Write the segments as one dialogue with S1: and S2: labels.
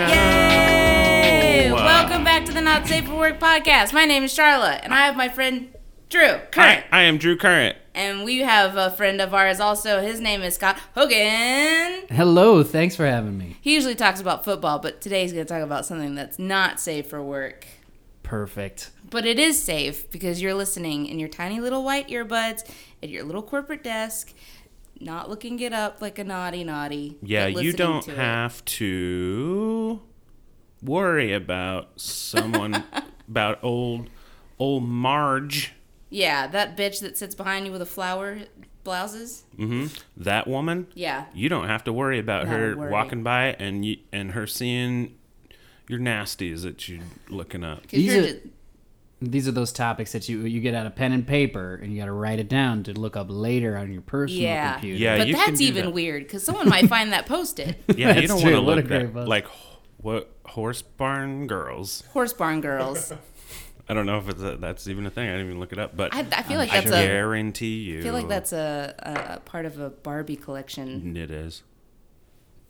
S1: uh,
S2: Welcome back to the Not Safe for Work podcast. My name is Charlotte, and I have my friend Drew Current,
S1: Hi, I am Drew Current.
S2: and we have a friend of ours also. His name is Scott Hogan.
S3: Hello, thanks for having me.
S2: He usually talks about football, but today he's going to talk about something that's not safe for work.
S3: Perfect.
S2: But it is safe because you're listening in your tiny little white earbuds at your little corporate desk, not looking it up like a naughty naughty.
S1: Yeah,
S2: but
S1: you
S2: listening
S1: don't
S2: to it.
S1: have to worry about someone about old old Marge.
S2: Yeah, that bitch that sits behind you with the flower blouses.
S1: hmm That woman.
S2: Yeah.
S1: You don't have to worry about
S2: Not
S1: her
S2: worry.
S1: walking by and you, and her seeing your nasties that you're looking up.
S2: 'Cause
S3: These
S2: you're
S3: are-
S2: just-
S3: These are those topics that you you get out of pen and paper and you got to write it down to look up later on your personal
S2: Yeah.
S3: computer.
S1: Yeah,
S2: but
S1: you can
S2: that's
S1: do
S2: even
S1: that.
S2: weird because someone might find that posted.
S1: Yeah, you
S3: That's
S1: don't
S3: true.
S1: want to
S3: What a
S1: look
S3: great
S1: that,
S3: buzz.
S1: like h- what horse barn girls.
S2: Horse barn girls.
S1: I don't know if it's a, that's even a thing. I didn't even look it up, but
S2: I, I feel like
S1: I
S2: that's a.
S1: guarantee you.
S2: I feel like that's a, a part of a Barbie collection.
S1: it is.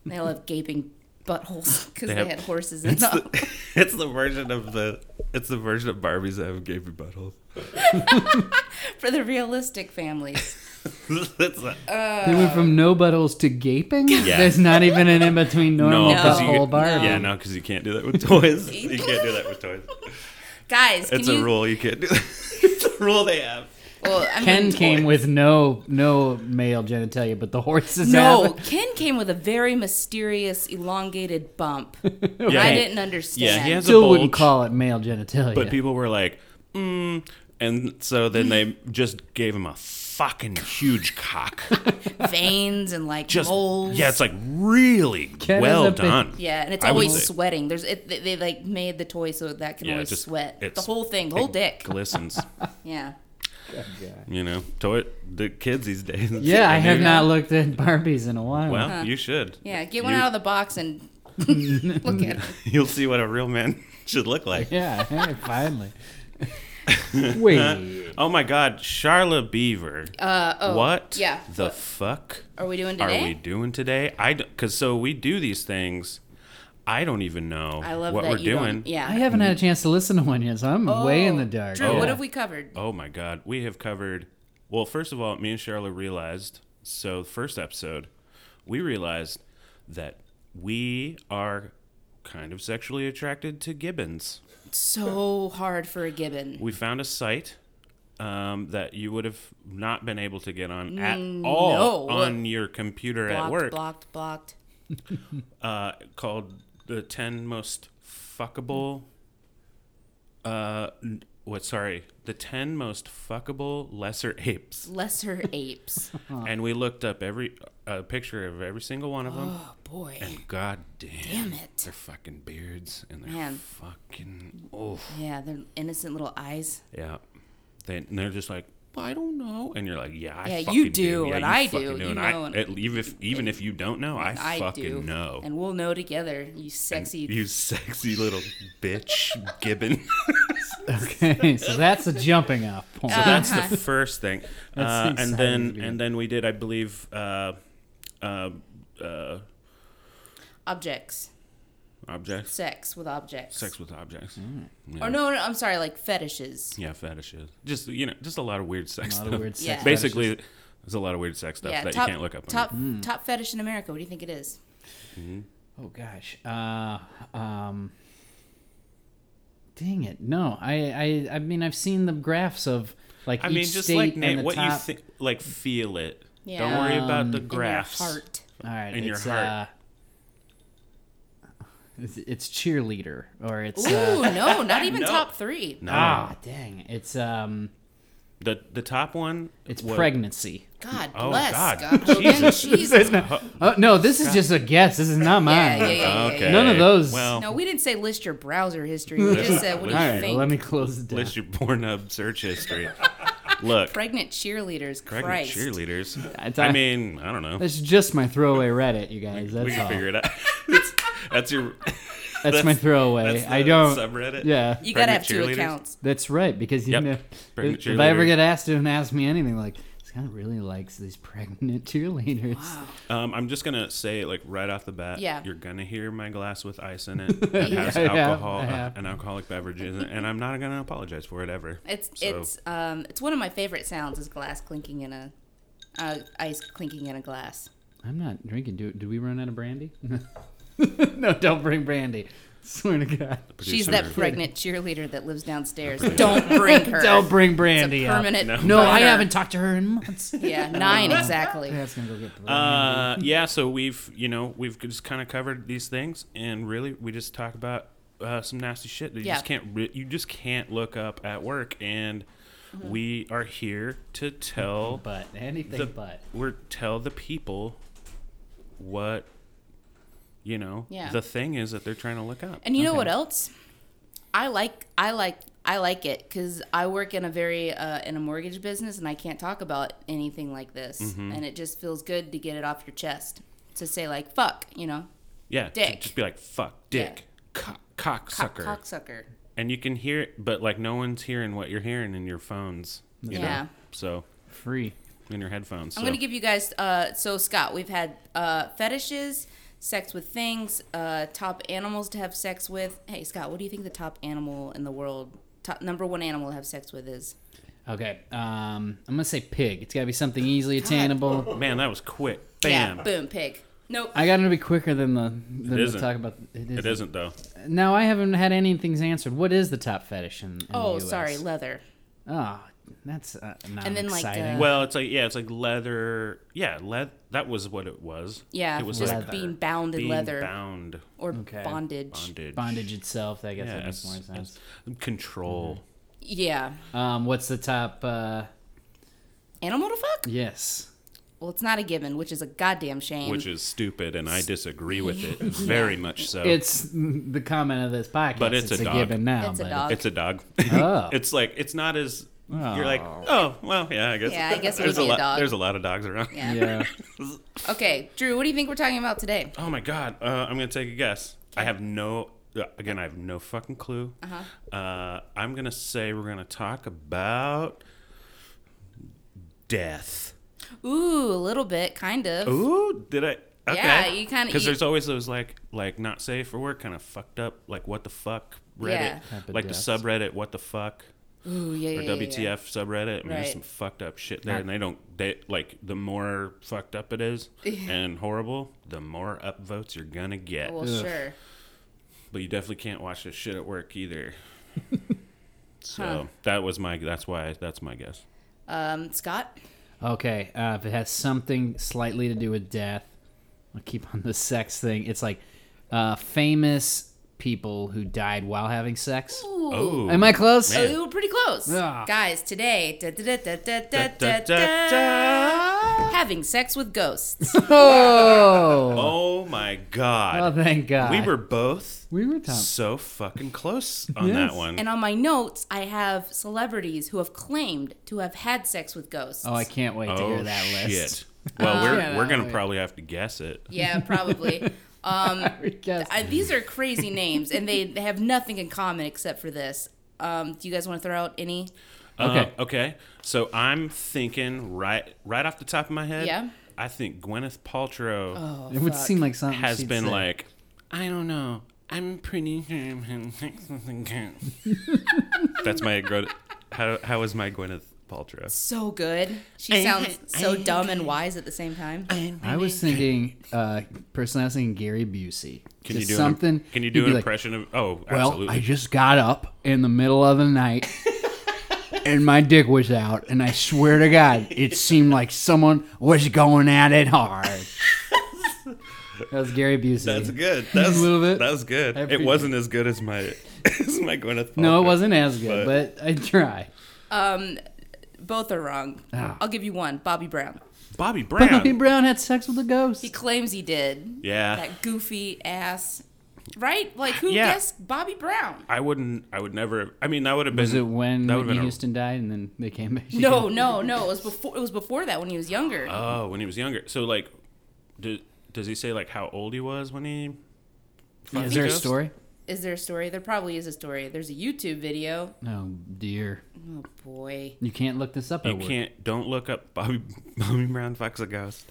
S2: They all have gaping buttholes because
S1: They
S2: they,
S1: have-
S2: had horses in
S1: It's
S2: them.
S1: the, it's the version of the it's the version of Barbies that have gaping buttholes.
S2: for the realistic families.
S1: That's not-
S3: They went from no buttholes to gaping.
S1: Yeah.
S3: There's not even an in between
S2: Oh,
S1: no,
S3: normal no,
S1: because
S3: the
S1: you
S3: whole Barbie.
S1: yeah, no, because you can't do that with toys. you can't do that with toys.
S2: Guys, can
S1: It's
S2: you,
S1: a rule. You can't do that. it's a rule they have.
S2: Well, I mean,
S3: Ken came with no no male genitalia, but the horses.
S2: No,
S3: have it.
S2: Ken came with a very mysterious, elongated bump.
S1: Yeah,
S2: I
S1: he-
S2: didn't understand.
S1: Yeah, he has a
S3: Still
S1: bulge,
S3: wouldn't call it male genitalia.
S1: but people were like, mm, and so then they just gave him a fucking huge cock.
S2: veins and like
S1: Just
S2: moles.
S1: yeah, it's like really
S3: Ken is
S1: well
S3: a big-
S1: done.
S2: Yeah, and it's
S1: I would
S2: always
S1: say.
S2: sweating. There's it, they, they like made the toy so that can
S1: Yeah,
S2: always
S1: just-
S2: sweat. The
S1: it's-
S2: whole thing, the whole dick.
S1: glistens.
S2: Yeah.
S1: You know, toy the kids these days.
S3: yeah, I have
S1: mean,
S3: not looked at Barbies in a while.
S1: Well, you should.
S2: Uh-huh. Yeah, get one
S1: You-
S2: out of the box and look at it.
S1: You'll see what a real man should look like.
S3: Yeah, hey, finally. Wait.
S1: Oh my God, Charla Beaver.
S2: Uh, oh,
S1: what?
S2: yeah.
S1: The fuck
S2: Are we doing
S1: are
S2: today?
S1: we doing today? I because so we do these things. I don't even know
S2: I love
S1: what
S2: that
S1: we're
S2: you
S1: doing.
S2: Don't, yeah.
S3: I haven't had a chance to listen to one yet, so I'm way in the
S2: Oh,
S3: dark.
S2: Drew,
S3: yeah.
S2: what have we covered?
S1: Oh my God, we have covered. Well, first of all, me and Charla realized. So the first episode, we realized that we are kind of sexually attracted to gibbons.
S2: So hard for a gibbon.
S1: we found a site um, that you would have not been able to get on at all
S2: Mm, no.
S1: on your computer at
S2: Blocked,
S1: work
S2: blocked, blocked.
S1: uh, called the 10 most fuckable uh, n- what sorry the 10 most fuckable lesser apes
S2: Lesser apes.
S1: and we looked up every a picture of every single one of them
S2: Oh boy.
S1: and god damn,
S2: Damn it.
S1: their fucking beards and their
S2: Man.
S1: fucking oh
S2: Yeah, their innocent little eyes.
S1: Yeah. They, and they're just like, "Well, I don't know. And you're like, yeah, I
S2: Yeah, you
S1: fucking
S2: do,
S1: Yeah,
S2: and
S1: you
S2: I
S1: fucking
S2: do, you
S1: And I,
S2: know, and-
S1: at- even, if, even if you don't know, I,
S2: I
S1: fucking
S2: do.
S1: know.
S2: And we'll know together, you sexy.
S1: you sexy little bitch gibbon.
S3: Okay, so that's a jumping off point.
S1: That's
S2: Uh-huh.
S1: the first thing.
S3: That's
S1: Uh, and
S3: exciting
S1: then
S3: to be-
S1: and then we did, I believe, uh, uh, uh,
S2: objects.
S1: objects,
S2: Sex with objects.
S1: sex with objects.
S2: Or no, no, I'm sorry, like fetishes.
S1: Yeah, fetishes. Just you know, just a lot of weird sex
S3: a lot
S1: stuff.
S3: of weird sex.
S2: Yeah.
S3: fetishes.
S1: Basically, there's a lot of weird sex stuff
S2: yeah,
S1: that
S2: top,
S1: you can't look up. on
S2: top top fetish in America. What do you think it is?
S3: Oh gosh. Uh, um. Dang it! No, I, I, I mean, I've seen the graphs of like
S1: I
S3: each
S1: mean, just
S3: state
S1: like
S3: and
S1: name
S3: the
S1: what
S3: top. Um,
S1: you think, like feel it.
S2: Yeah.
S1: Don't worry about the
S2: In your
S1: graphs.
S2: heart.
S3: All right,
S1: in your
S3: it's,
S1: heart.
S3: Uh, it's, it's cheerleader or it's
S2: Ooh,
S3: uh,
S2: no, not even
S1: No.
S2: top three.
S1: No,
S3: ah dang it's um
S1: the the top one.
S3: it's
S1: was-
S3: pregnancy.
S2: God
S1: Oh,
S2: bless.
S1: God.
S2: God. Hogan,
S1: Jesus.
S2: Jesus.
S3: Oh no, this is just a guess. This is not
S2: Yeah,
S3: mine.
S2: yeah, yeah, yeah, yeah.
S1: Okay.
S3: None of those-
S1: Well,
S2: No, we didn't say list your browser history. We just said, what do you
S3: All right,
S2: think?
S3: let me close it down.
S1: list your Pornhub search history. Look,
S2: Pregnant cheerleaders,
S1: pregnant
S2: Christ.
S1: cheerleaders.
S3: That's-
S1: I mean, I don't know.
S3: That's just my throwaway Reddit, you guys. That's
S1: we can
S3: all.
S1: figure it out. That's, that's your.
S3: That's, my throwaway.
S1: That's the
S3: I don't.
S1: subreddit.
S3: Yeah,
S2: You gotta
S1: Pregnant
S2: have two
S1: cheerleaders?
S2: accounts.
S3: that's right. Because you
S1: Yep.
S3: know,
S1: Pregnant
S3: if, if I ever
S1: cheerleader.
S3: get asked to ask me anything like, Scott really likes these pregnant cheerleaders.
S2: Wow.
S1: Um, I'm just gonna say like right off the bat,
S2: Yeah.
S1: you're gonna hear my glass with ice in it that has
S3: I have,
S1: alcohol uh,
S3: I have.
S1: and alcoholic beverages, and I'm not gonna apologize for it ever.
S2: It's
S1: So-
S2: it's um it's one of my favorite sounds is glass clinking in a uh, ice clinking in a glass.
S3: I'm not drinking. Do, do we run out of brandy? no, don't bring brandy. Swear to God.
S2: She's
S1: Producer.
S2: that pregnant cheerleader that lives downstairs. Don't bring her.
S3: Don't bring
S2: It's a
S3: brandy. up.
S2: permanent.
S1: No.
S3: No, I
S2: boner.
S3: haven't talked to her in months.
S2: Yeah, nine exactly.
S3: That's gonna go get the.
S1: Uh, yeah, so we've you know we've just kind of covered these things, and really we just talk about uh, some nasty shit that you
S2: Yeah.
S1: just can't re- you just can't look up at work, and
S2: Mm-hmm.
S1: we are here to tell
S3: but anything
S1: the-
S3: but.
S1: we're tell the people what you know
S2: Yeah.
S1: the thing is that they're trying to look up.
S2: And you know what else? I like I like I like it because I work in a very uh, in a mortgage business and I can't talk about anything like this,
S1: Mm-hmm.
S2: and it just feels good to get it off your chest to say like fuck, you know,
S1: yeah, to
S2: dick.
S1: just be like fuck,
S2: Yeah.
S1: dick, cock, cocksucker,
S2: cock sucker.
S1: and you can hear it, but like no one's hearing what you're hearing in your phones. You
S2: Yeah.
S1: know? so
S3: Free.
S1: in your headphones.
S2: I'm
S1: so.
S2: gonna give you guys. Uh, so Scott, we've had uh, fetishes, sex with things, uh, top animals to have sex with. Hey Scott, what do you think the top animal in the world, top number one animal to have sex with is?
S3: Okay. Um, I'm gonna say pig. It's gotta be something easily attainable.
S1: Man, that was quick. Bam.
S2: Yeah, boom, pig. Nope.
S3: I gotta be quicker than the than the
S1: isn't.
S3: talk about. It is.
S1: It isn't though.
S3: Now I haven't had anything's answered. What is the top fetish in? in
S2: oh,
S3: the US?
S2: sorry, leather.
S3: Oh, that's uh, not
S2: And then, like,
S3: exciting.
S2: the-
S1: Well, it's like yeah, it's like leather. Yeah, leather. That was what it was.
S2: Yeah,
S1: it was
S2: just
S1: like
S2: being bound in
S1: being
S2: leather
S1: bound,
S2: or
S3: Okay.
S2: bondage.
S1: bondage,
S3: Bondage itself, I guess
S1: Yeah,
S3: that makes
S1: it's,
S3: more sense.
S1: it's control.
S2: Yeah,
S3: Um, what's the top? Uh,
S2: animal to fuck.
S3: yes,
S2: Well, it's not a given, which is a goddamn shame.
S1: Which is stupid, and I disagree with it very much. So
S3: it's the comment of this podcast.
S1: Oh. But it's a dog.
S3: given now.
S2: It's a
S3: but
S2: dog.
S1: it's a dog.
S3: Oh.
S1: it's like it's not as you're like
S3: Oh.
S1: oh well yeah I guess
S2: Yeah, I guess it
S1: there's
S2: would be a
S1: lot
S2: dog.
S1: there's a lot of dogs around.
S2: yeah.
S3: Yeah.
S2: Okay, Drew, what do you think we're talking about today?
S1: Oh my god, uh, I'm gonna take a guess. I have no. uh, Again, I have no fucking clue. Uh-huh. I'm gonna say we're gonna talk about death.
S2: Ooh, a little bit, kind of.
S1: Ooh, did I? Okay.
S2: Yeah, you kinda-
S1: because
S2: you-
S1: there's always those like like not safe for work kind of fucked up like what the fuck
S2: Yeah.
S1: Reddit
S3: Type of
S1: like
S3: deaths.
S1: the subreddit what the fuck
S2: Ooh, yeah, yeah,
S1: or
S2: yeah, yeah.
S1: WTF subreddit. I mean,
S2: Right.
S1: there's some fucked up shit there, and they don't they like the more fucked up it is and horrible, the more upvotes you're gonna get.
S2: Well,
S3: Ugh.
S2: sure.
S1: But you definitely can't watch this shit at work either. so
S2: Huh.
S1: that was my. That's why. That's my guess.
S2: Um, Scott.
S3: Okay, uh, if it has something slightly to do with death, I'll keep on the sex thing. It's like uh, famous people who died while having sex.
S1: Oh,
S3: Am I close?
S2: Oh, we were pretty close,
S3: Ah.
S2: guys. Today, da, da, da, da,
S1: Da,
S2: da, da,
S1: da,
S2: da,
S1: da,
S2: da. having sex with ghosts.
S3: Oh,
S1: oh my
S3: oh,
S1: god.
S3: thank God.
S1: we were both
S3: we were top.
S1: so fucking close on
S3: Yes.
S1: that one.
S2: and on my notes, I have celebrities who have claimed to have had sex with ghosts.
S3: Oh, I can't wait to
S1: oh
S3: hear that
S1: shit.
S3: list.
S1: Well, we're
S3: Yeah,
S1: we're
S3: that
S1: gonna
S3: way.
S1: probably have to guess it.
S2: Yeah, probably.
S3: We guessed-
S2: I, these are crazy names, and they, they have nothing in common except for this. Um, do you guys want to throw out any?
S1: Okay.
S3: Okay.
S1: Uh, okay. So I'm thinking right right off the top of my head.
S2: Yeah.
S1: I think Gwyneth Paltrow
S3: it would seem like something
S1: has
S3: she'd
S1: been
S3: say.
S1: like, I don't know. I'm pretty sure I'm having sex with a cat." That's my Gro- how how is my Gwyneth Paltrow?
S2: So good. She sounds so dumb and wise at the same time.
S3: I was thinking, uh, personally, I was thinking Gary Busey.
S1: Can you
S3: Just
S1: do
S3: something?
S1: An, can you
S3: he'd
S1: do
S3: be
S1: an
S3: like,
S1: impression of? Oh,
S3: Well,
S1: absolutely.
S3: I just got up in the middle of the night and my dick was out, and I swear to God, it seemed like someone was going at it hard. that was Gary Busey.
S1: that's good. That's
S3: A little bit.
S1: That was good.
S3: I
S1: It
S3: appreciate
S1: wasn't as good as my as my Gwyneth. Paltrow.
S3: no, it wasn't as good, but, I tried.
S2: Um, Both are wrong.
S3: Ah.
S2: I'll give you one. Bobby Brown.
S1: Bobby Brown.
S3: Bobby Brown had sex with a
S2: He
S3: ghost.
S2: claims he did.
S1: Yeah.
S2: That goofy ass. Right? Like who
S1: Yeah.
S2: guessed Bobby Brown?
S1: I wouldn't. I would never. I mean, that would have been.
S3: Was it when
S1: that would have
S3: Whitney
S1: been a-
S3: Houston died and then they came back?
S2: No, no, no. It was before. It was before that when he was younger.
S1: Oh, when he was younger. So like, do, does he say like how old he was when he?
S3: Is
S1: fucked
S3: there a
S1: Ghost?
S3: story?
S2: Is there a story? There probably is a story. There's a YouTube video.
S3: Oh dear,
S2: Oh boy.
S3: you can't look this up.
S1: You
S3: at work.
S1: can't. Don't look up Bobby Bobby Brown Fox a Ghost.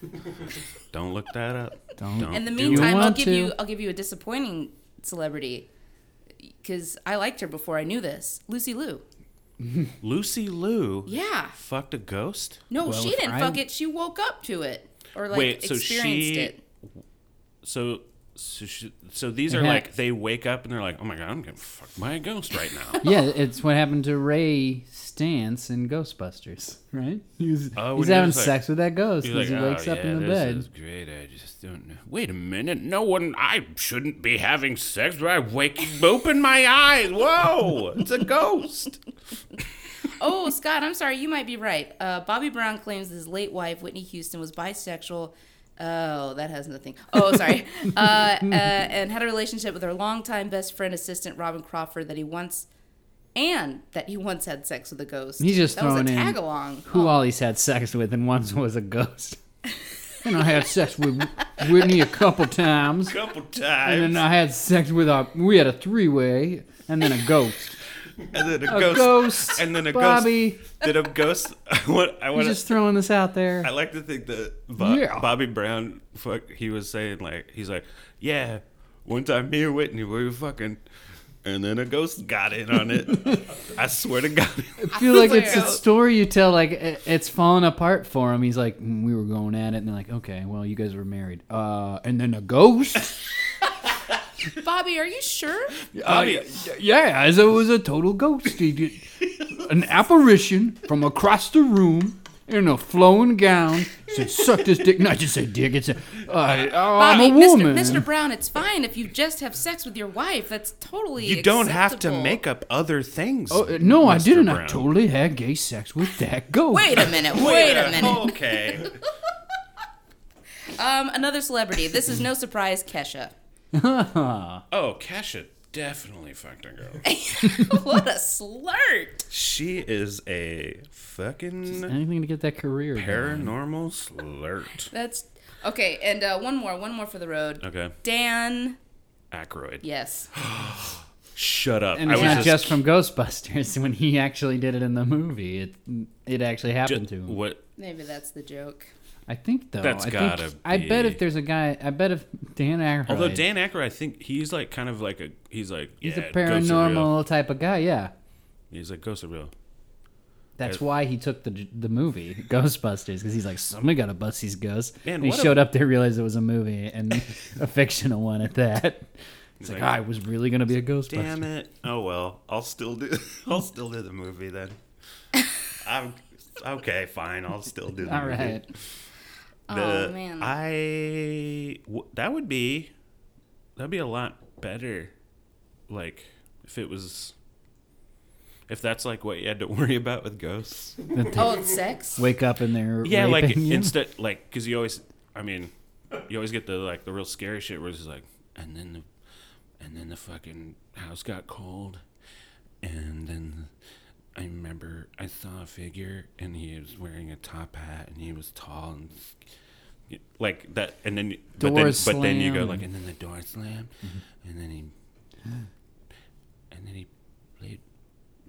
S1: don't look that up.
S3: Don't.
S2: In the
S1: do it.
S2: meantime, I'll
S3: want
S2: give
S3: to.
S2: you I'll give you a disappointing celebrity because I liked her before I knew this. Lucy Liu.
S1: Lucy Liu
S2: Yeah.
S1: fucked a ghost.
S2: No,
S3: Well,
S2: she
S3: if
S2: didn't
S3: I-
S2: fuck it. She woke up to it or like
S1: Wait, so
S2: experienced
S1: she-
S2: it.
S1: So, so, she, so these
S3: It
S1: are like
S3: happened.
S1: they wake up and they're like, "Oh my god, I'm getting fucked by a ghost right now."
S3: Yeah, it's what happened to Ray Stance in Ghostbusters, right? He was,
S1: Oh, when
S3: he's
S1: he
S3: having
S1: was like-
S3: sex with that ghost
S1: He's
S3: as he
S1: like,
S3: wakes
S1: "Oh,
S3: up in the
S1: this
S3: bed.
S1: is great. I just don't know. Wait a minute. No one. I shouldn't be having sex. But I wake. open my eyes. Whoa! It's a ghost.
S2: Oh, Scott, I'm sorry. You might be right. Uh, Bobby Brown claims his late wife, Whitney Houston, was bisexual. Oh, that has nothing. Oh, sorry. uh, uh, and had a relationship with her longtime best friend, assistant Robin Crawford, that he once and that he once had sex with a ghost.
S3: He's just
S2: that
S3: throwing
S2: was a
S3: in
S2: tag along.
S3: Who all he's had sex with, and once was a ghost. and I had sex with Whitney a couple times,
S1: Couple
S3: and then
S1: times.
S3: I had sex with a. We had a three-way, and then a ghost.
S1: And then a,
S3: A
S1: ghost.
S3: ghost.
S1: And then a
S3: Bobby.
S1: ghost. Then a ghost. I want. I
S3: He's
S1: want.
S3: just throwing this out
S1: I
S3: there.
S1: like to think that Bo-
S3: Yeah.
S1: Bobby Brown, fuck, he was saying like, he's like, yeah, one time me and Whitney we were fucking, and then a ghost got in on it. I swear to God,
S3: I feel like
S2: swear.
S3: it's a story you tell. Like it- it's falling apart for him. He's like, "Mm, we were going at it, and they're like, okay, well, you guys were married. Uh, and then a ghost.
S2: Bobby, are you sure?
S1: Bobby,
S3: Yeah, as it was a total ghost. He did- An apparition from across the room in a flowing gown. Said, suck this dick. Not just say dick. It's a, uh, oh, I'm
S2: Bobby,
S3: a woman.
S2: Mr. Mr. Brown, it's fine if you just have sex with your wife. That's totally
S1: you don't have to
S2: acceptable.
S1: make up other things.
S3: Oh, uh, no, I
S1: Mr.
S3: didn't. I
S1: Brown.
S3: totally had gay sex with that ghost.
S2: Wait a minute. Wait a minute.
S1: Okay.
S2: Um, another celebrity. This is no surprise, Kesha.
S1: Oh, Kesha definitely fucked a girl.
S2: what a slurt.
S1: She is a fucking
S3: Anything to get that career. going.
S1: paranormal slurt.
S2: That's okay. And uh, one more, one more for the road.
S1: Okay,
S2: Dan,
S1: Ackroyd.
S2: yes,
S1: Shut up.
S3: And
S1: I
S3: it's
S1: was
S3: not
S1: just,
S3: just from Ghostbusters. When he actually did it in the movie, it it actually happened to him.
S1: what?
S2: maybe that's the joke.
S3: I think though.
S1: That's
S3: I think-
S1: gotta
S3: I bet
S1: be-
S3: if there's a guy, I bet if Dan Aykroyd,
S1: Although Dan Aykroyd, I think he's like kind of like a he's like
S3: he's
S1: yeah,
S3: a
S1: ghosts are real.
S3: paranormal type of guy. Yeah,
S1: He's like ghosts are real.
S3: that's
S1: Yeah.
S3: why he took the the movie Ghostbusters because he's like somebody got to bust these ghosts.
S1: Man,
S3: and he
S1: what a-
S3: showed up there, realized it was a movie and a fictional one at that. It's like,
S1: like,
S3: I was really gonna be a Ghostbuster.
S1: Damn it! Oh well, I'll still do. I'll still do the movie then. I'm okay. Fine, I'll still do the
S3: All
S1: movie.
S3: right,
S2: Oh,
S1: The-
S2: man.
S1: I w- that would be that'd be a lot better. Like if it was. If that's like what you had to worry about with ghosts,
S3: That they
S2: Oh, it's sex.
S3: wake up and they're
S1: yeah, like
S3: raping you.
S1: instead, like because you always, I mean, you always get the like the real scary shit where it's just like, and then the, and then the fucking house got cold, and then I remember I saw a figure and he was wearing a top hat and he was tall and s- like that, and then but then,
S3: Doors
S1: but then you go
S3: slam.
S1: like, and then the door slammed,
S3: Mm-hmm.
S1: and then he, and then he laid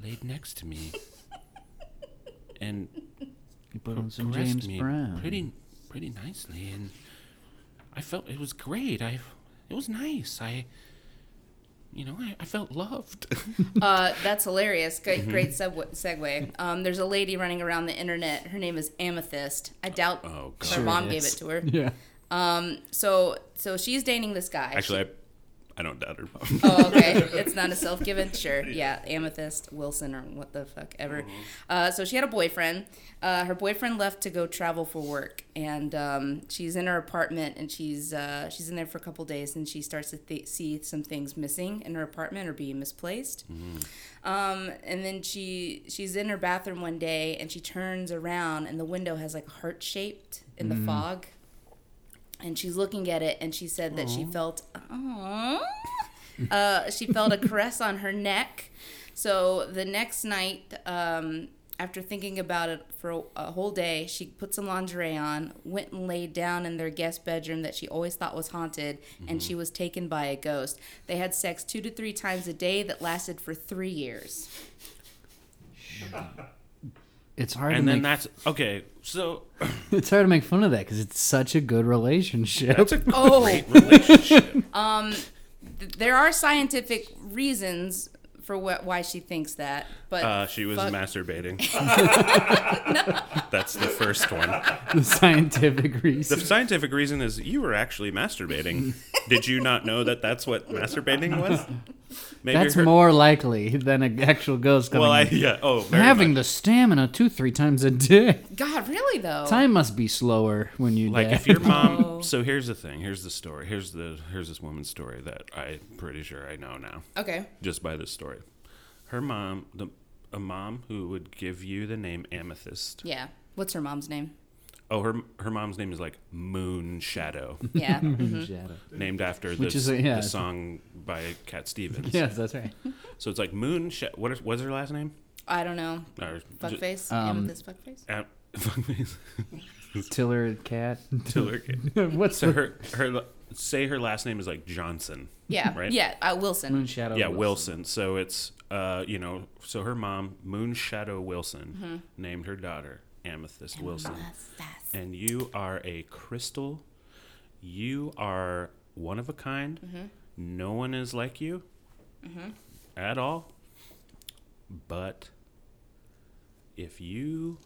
S1: laid next to me, and
S3: You put on some
S1: caressed
S3: James
S1: me
S3: Brown.
S1: pretty pretty nicely and I felt it was great. I it was nice. I you know, I, I felt loved.
S2: Uh, that's hilarious.
S1: Mm-hmm.
S2: Great, great sub- segue. Um, there's a lady running around the internet. Her name is Amethyst. I doubt
S1: Oh,
S2: her
S1: God. Sure
S2: mom
S3: it
S2: gave it
S3: is.
S2: to her.
S3: Yeah.
S2: Um, so, so she's dating this guy.
S1: Actually
S2: She-
S1: I I don't doubt her mom.
S2: Oh, okay. it's not a self given? Sure. Yeah. Amethyst, Wilson, or what the fuck ever. Uh, so she had a boyfriend. Uh, her boyfriend left to go travel for work. And um, she's in her apartment and she's uh, she's in there for a couple days and she starts to th- see some things missing in her apartment or being misplaced. Um, and then she she's in her bathroom one day and she turns around and the window has like heart shaped in the fog. And she's looking at it and she said that she felt, Aww uh, she felt a caress on her neck. So the next night, um, after thinking about it for a, a whole day, she put some lingerie on, went and laid down in their guest bedroom that she always thought was haunted, and
S1: Mm-hmm.
S2: she was taken by a ghost. They had sex two to three times a day that lasted for three years.
S3: It's hard
S1: And
S3: to
S1: then
S3: make,
S1: that's okay. So
S3: it's hard to make fun of that because it's such a good relationship.
S1: that's a
S2: Oh.
S1: great relationship.
S2: Th- There are scientific reasons for what why she thinks that, but
S1: Uh, she was
S2: fuck-
S1: masturbating. That's the first one.
S3: the scientific
S1: The
S3: reason.
S1: scientific reason is you were actually masturbating. Did you not know that that's what masturbating was? Maybe
S3: That's
S1: her-
S3: more likely than an actual ghost coming.
S1: Well, I,
S3: in.
S1: yeah. Oh, very
S3: having
S1: much.
S3: the stamina two, three times a day.
S2: God, really though.
S3: Time must be slower when you
S1: like
S3: die.
S1: if your mom.
S2: Oh.
S1: So here's the thing. Here's the story. Here's the here's this woman's story that I'm pretty sure I know now
S2: Okay.
S1: just by this story. Her mom, the a mom who would give you the name Amethyst.
S2: Yeah. What's her mom's name?
S1: Oh, her her mom's name is like Moon Shadow,
S2: Yeah.
S3: Shadow.
S1: named after
S3: Which
S1: the,
S3: is a- yeah.
S1: the song by Cat Stevens.
S3: Yes, that's right.
S1: So it's like Moon. Sha- what is, what's her last name?
S2: I don't know.
S1: Or uh, ju-
S2: Fuckface.
S3: Um,
S2: Amethyst fuckface.
S1: Am- fuckface.
S3: Tiller cat.
S1: Tiller.
S3: What's
S1: So
S3: the
S1: her her say her last name is like Johnson.
S2: Yeah.
S1: Right?
S2: Yeah. Uh, Wilson.
S3: moon shadow?
S1: yeah, Oh, Wilson. So it's uh you know so her mom Moon Shadow Wilson named her daughter Mm-hmm. Amethyst Wilson,
S2: Amethyst.
S1: and you are a crystal. You are one of a kind. No one is like you Mm-hmm. at all. But if you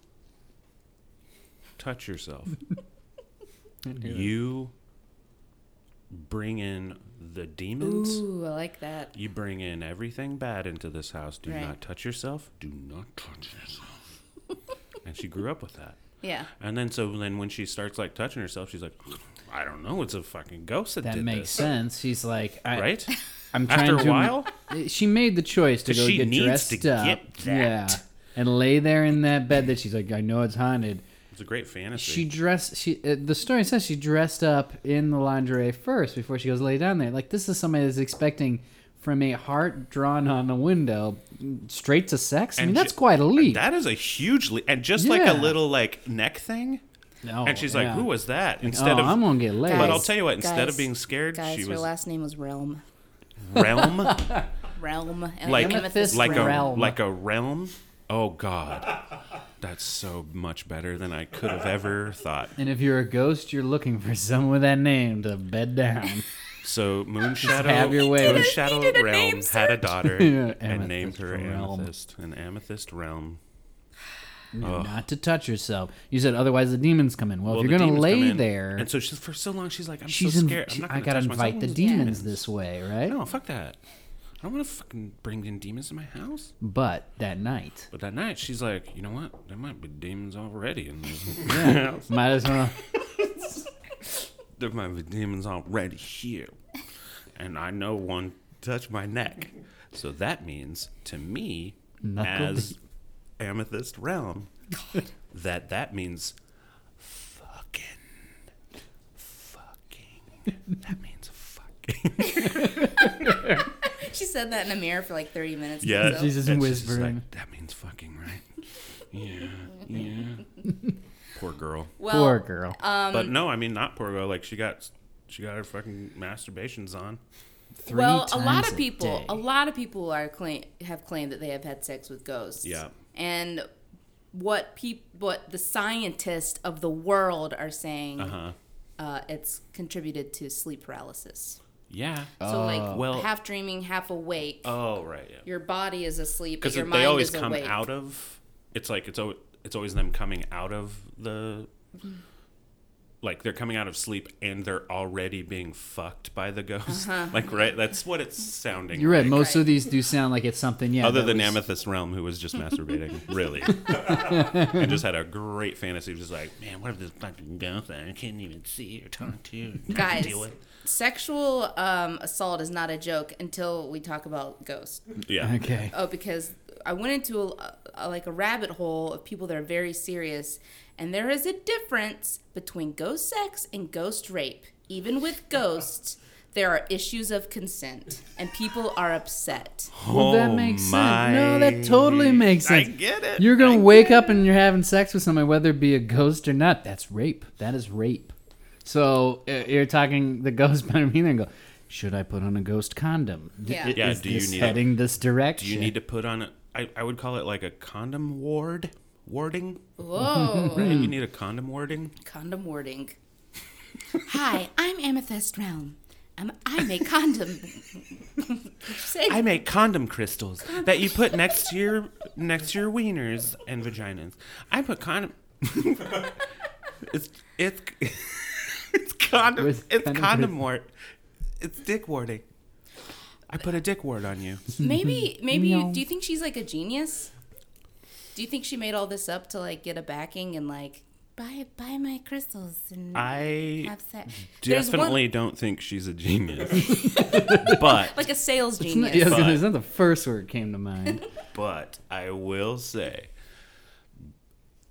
S1: touch yourself you bring in the demons.
S2: Ooh, I like that.
S1: You bring in everything bad into this house. Do
S2: Right.
S1: not touch yourself. Do not touch yourself. and she grew up with that.
S2: Yeah.
S1: And then so then when she starts like touching herself, she's like, I don't know, it's a fucking ghost that,
S3: That
S1: did
S3: makes
S1: this.
S3: sense. She's like, I,
S1: Right?
S3: I'm trying
S1: After
S3: to. eh,
S1: a while,
S3: she made the choice to
S1: 'Cause
S3: go
S1: she
S3: get
S1: needs
S3: dressed
S1: to
S3: up.
S1: get that.
S3: Yeah, and lay there in that bed that she's like, I know it's haunted.
S1: it's a great fantasy.
S3: She dressed. She uh, the story says she dressed up in the lingerie first before she goes lay down there. Like this is somebody that's expecting from a heart drawn on a window mm, straight to sex. I
S1: And
S3: mean,
S1: she-
S3: that's quite a leap.
S1: that is a huge leap. And just like a
S3: Yeah.
S1: little like neck thing.
S3: No,
S1: and she's like,
S3: yeah.
S1: Who was that?
S3: Oh,
S1: Instead
S3: I'm
S1: of
S3: gonna get laid.
S1: But I'll
S2: Guys,
S1: tell you what, instead
S2: guys,
S1: of being scared,
S2: Guys,
S1: she
S2: her
S1: was
S2: last name was Realm.
S1: realm.
S2: Realm. And
S1: like
S3: Amethyst
S1: like a
S3: realm.
S1: like a realm. Oh God, that's so much better than I could have ever thought.
S3: and if you're a ghost, you're looking for someone with that name to bed down.
S1: So Moonshadow,
S3: have your way. Did I-
S1: Moonshadow
S2: did a
S1: realm
S2: name
S1: had a daughter
S3: Yeah,
S1: and named
S3: Amethyst
S1: her
S3: Realm.
S1: Amethyst, an Amethyst realm.
S3: Not to touch yourself. You said otherwise the demons come in. Well,
S1: Well,
S3: if
S1: the
S3: you're gonna
S1: demons come
S3: lay
S1: in,
S3: there,
S1: and so she's for so long she's like, I'm
S3: she's
S1: so
S3: in,
S1: scared.
S3: she-
S1: I'm not
S3: I
S1: gonna
S3: gotta
S1: touch myself.
S3: invite the
S1: Ooh,
S3: demons this way, right?
S1: No, fuck that. I don't want to fucking bring in demons to my house.
S3: But that night,
S1: But that night, she's like, you know what? There might be demons already in this house.
S3: might as well.
S1: there might be demons already here. And I know one touched my neck. So that means to me,
S3: Knuckle
S1: as Amethyst Realm, that that means fucking. Fucking. That means fucking.
S2: She said that in the mirror for like 30 minutes. to
S1: Yeah.
S2: herself.
S3: She's just
S1: And
S3: whispering.
S1: that means fucking, right? Yeah. Yeah. Poor girl.
S2: Well, uh,
S3: Poor girl.
S2: Um,
S1: but no, I mean, not poor girl. Like, she got. She got her fucking masturbations on.
S3: Three
S2: well, a lot
S3: times
S2: of people,
S3: day.
S2: a lot of people are claim have claimed that they have had sex with ghosts.
S1: Yeah.
S2: And what peop what the scientists of the world are saying,
S1: Uh huh.
S2: uh, it's contributed to sleep paralysis.
S1: Yeah.
S2: So
S3: Oh.
S2: like
S1: Uh, Well-
S2: half dreaming, half awake.
S1: Oh right, yeah.
S2: your body is asleep, but
S1: Because
S2: your mind
S1: they always
S2: is
S1: come
S2: awake.
S1: out of. It's like it's always it's always them coming out of the.
S2: Mm-hmm.
S1: Like they're coming out of sleep and they're already being fucked by the ghost.
S2: Uh-huh.
S1: Like right, that's what it's sounding.
S3: You're right.
S1: like.
S3: Most of these do sound like it's something. Yeah.
S1: Other
S3: that
S1: than
S3: was-
S1: Amethyst Realm, who was just masturbating, really, and just had a great fantasy, just like, man, what if this fucking ghost that I can't even see or talk to, or
S2: Guys.
S1: deal with?
S2: Sexual um, assault is not a joke until we talk about ghosts.
S1: Yeah,
S3: Okay.
S2: Oh, because I went into a, a, like a rabbit hole of people that are very serious, and there is a difference between ghost sex and ghost rape. Even with ghosts, there are issues of consent, and people are upset.
S3: Well, that makes sense. No, that totally makes
S1: Oh I
S3: sense.
S1: get it.
S3: You're
S1: I
S3: gonna wake up and you're having sex with somebody, whether it be a ghost or not. That's rape. That is rape. So uh, you're talking the ghost might be there and go. Should I put on a ghost condom? D-
S2: Yeah.
S3: i-
S1: Yeah,
S3: Is
S1: do you
S3: this
S1: need a-
S3: heading this direction?
S1: Do you need to put on a? I, I would call it like a condom ward, warding.
S2: Whoa.
S1: Right?
S3: Mm.
S1: You need a condom warding.
S2: Condom warding. Hi, I'm Amethyst Realm. I'm, I make condom. What'd you say?
S1: I make condom crystals that you put next to your next to your wieners and vaginas. I put condom. it's it's it's condom.
S3: With
S1: it's
S3: condom
S1: condom ward. It's dick warding. I put a dick ward on you.
S2: maybe, maybe. You,
S3: No.
S2: do you think she's like a genius? Do you think she made all this up to like get a backing and like buy buy my crystals and
S1: I Mm-hmm.
S2: have sex? There's one-
S1: definitely don't think she's a genius, but
S2: like a sales
S3: It's not,
S2: genius.
S3: yeah, I was gonna-
S1: But-
S3: it's not the first word that came to mind.
S1: But I will say,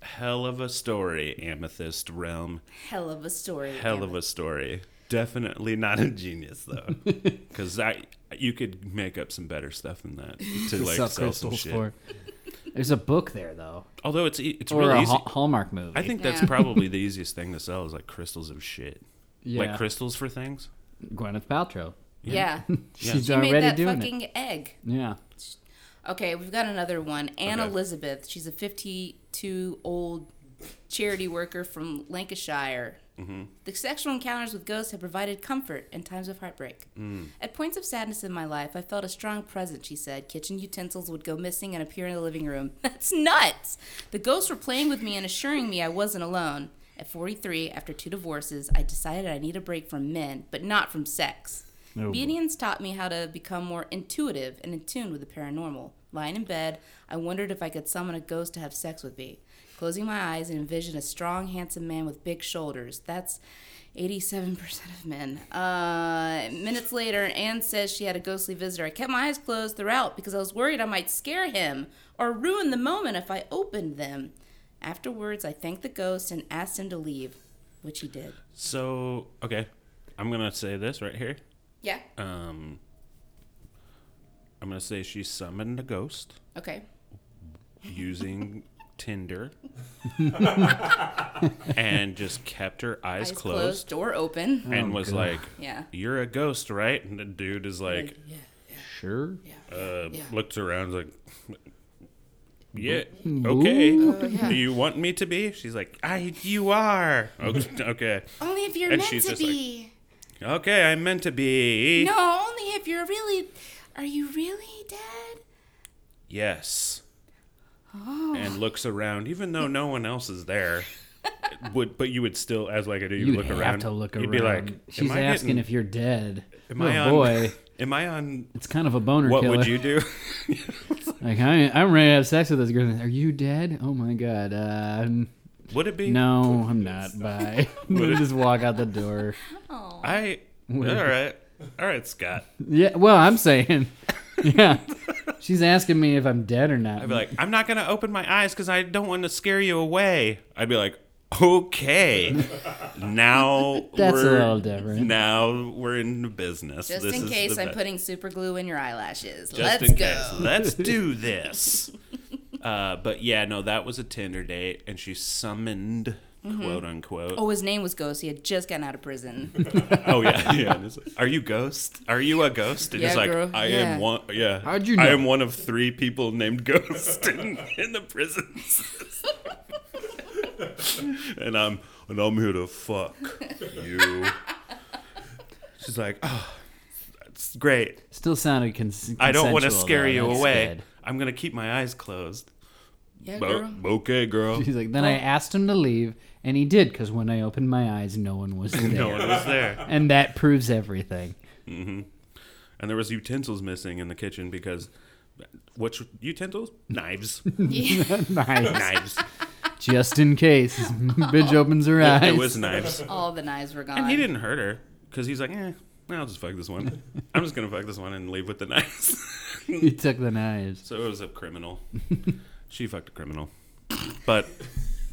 S1: hell of a story, Amethyst Realm.
S2: Hell of a story.
S1: Hell of a story. Definitely not a genius though, because I you could make up some better stuff than that to like
S3: Sell
S1: sell some
S3: crystals
S1: shit.
S3: for. There's a book there though,
S1: Although it's e- it's
S3: or
S1: really
S3: a
S1: easy.
S3: ha- Hallmark movie.
S1: I think that's
S2: Yeah.
S1: probably the easiest thing to sell is like crystals of shit,
S3: yeah.
S1: like crystals for things.
S3: Gwyneth Paltrow.
S2: Yeah.
S3: She's
S2: She
S3: already
S2: made that
S3: doing
S2: fucking egg.
S3: it. Yeah.
S2: Okay, we've got another one. Anne
S1: Okay.
S2: Elizabeth. She's a 52 old charity worker from Lancashire. The sexual encounters with ghosts have provided comfort in times of heartbreak. At points of sadness in my life, I felt a strong presence, she said. Kitchen utensils would go missing and appear in the living room. That's nuts! The ghosts were playing with me and assuring me I wasn't alone. At 43, after two divorces, I decided I need a break from men, but not from sex.
S3: Oh, boy.
S2: Medians taught me how to become more intuitive and in tune with the paranormal. Lying in bed, I wondered if I could summon a ghost to have sex with me. Closing my eyes and envisioned a strong, handsome man with big shoulders. That's 87% of men. Uh, minutes later, Anne says she had a ghostly visitor. I kept my eyes closed throughout because I was worried I might scare him or ruin the moment if I opened them. Afterwards, I thanked the ghost and asked him to leave, which he did.
S1: So okay, I'm gonna say this right here.
S2: Yeah.
S1: Um, I'm gonna say she summoned a ghost.
S2: Okay.
S1: using Tinder and just kept her eyes,
S2: Eyes
S1: closed,
S2: closed, door open.
S1: and
S3: Oh,
S1: was
S3: God.
S1: like,
S2: Yeah.
S1: You're a ghost, right? And the dude is like,
S2: yeah.
S3: Sure.
S1: uh,
S2: yeah.
S1: looks around, like, Yeah, okay.
S3: Ooh.
S2: Uh, yeah.
S1: Do you want me to be? She's like, I, you are. Okay, okay.
S2: Only if you're
S1: And
S2: meant
S1: she's
S2: to
S1: just like,
S2: be.
S1: Okay, I'm meant to be.
S2: no, only if you're really. Are you really dead?
S1: Yes.
S2: Oh.
S1: And looks around, even though no one else is there. Would but you would still, as like I do, you
S3: You
S1: look
S3: have
S1: around.
S3: to look around.
S1: You'd be like, "Am
S3: She's
S1: I
S3: asking
S1: getting-
S3: if you're dead.
S1: Am
S3: oh
S1: I on?
S3: boy,
S1: Am I on?
S3: it's kind of a boner
S1: What
S3: killer.
S1: would you do?
S3: Like I, I'm ready to have sex with this girl. Are you dead? Oh my god. Uh, n-
S1: Would it be?
S3: no, I'm not. Bye. just walk out the door.
S1: I. All right. All right, Scott.
S3: Yeah. Well, I'm saying. Yeah. She's asking me if I'm dead or not.
S1: I'd be like, I'm not gonna open my eyes because I don't want to scare you away. I'd be like, okay, now
S3: That's a
S1: we're,
S3: little different.
S1: Now we're in the business.
S2: Just
S1: This
S2: in
S1: is
S2: case
S1: the
S2: I'm
S1: best.
S2: putting super glue in your eyelashes.
S1: Just
S2: Let's
S1: in
S2: go.
S1: case. Let's do this. Uh, but yeah, no, that was a Tinder date, and she summoned, quote unquote.
S2: Oh, his name was Ghost. He had just gotten out of prison.
S1: Oh yeah, yeah. And it's like, Are you ghost? Are you a ghost? And
S2: Yeah,
S1: it's like
S2: girl,
S1: I
S2: yeah.
S1: am one. Yeah.
S3: How'd you
S1: I
S3: know?
S1: am one of three people named Ghost in, in the prisons. and I'm and I'm here to fuck you. She's like, oh, that's great.
S3: Still sounded cons-
S1: I don't want to
S3: consensual,
S1: scare
S3: though.
S1: you
S3: That's
S1: away.
S3: good.
S1: I'm gonna keep my eyes closed.
S2: Yeah,
S1: "Oh,
S2: girl.
S1: okay, girl.
S3: He's like, then I asked him to leave, and he did, because when I opened my eyes, no one was there.
S1: No one was there,
S3: And that proves everything.
S1: and there was utensils missing in the kitchen because. Which utensils? Knives.
S3: Nice.
S1: Knives.
S3: Just in case. Bitch opens her eyes.
S1: It was knives.
S2: All the knives were gone.
S1: And he didn't hurt her because he's like, eh, I'll just fuck this one. I'm just gonna fuck this one and leave with the knives.
S3: He took the knives.
S1: so it was a criminal. she fucked a criminal, but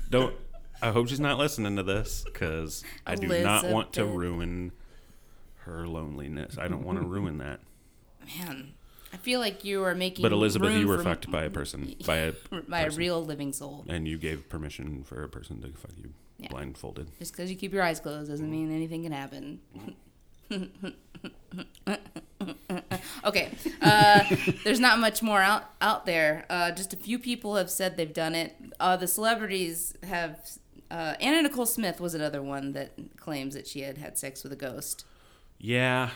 S1: don't. I hope she's not listening to this because I do not want to
S2: Elizabeth.
S1: ruin her loneliness. I don't want to ruin that.
S2: Man, I feel like you are making.
S1: But Elizabeth,
S2: room
S1: you were
S2: for-
S1: fucked by a person, by a
S2: by a
S1: person.
S2: real living soul.
S1: and you gave permission for a person to fuck you
S2: Yeah.
S1: blindfolded.
S2: Just because you keep your eyes closed doesn't mean anything can happen. okay, uh, there's not much more out out there. Uh, just a few people have said they've done it. Uh, the celebrities have. Uh, Anna Nicole Smith was another one that claims that she had had sex with a ghost.
S1: Yeah,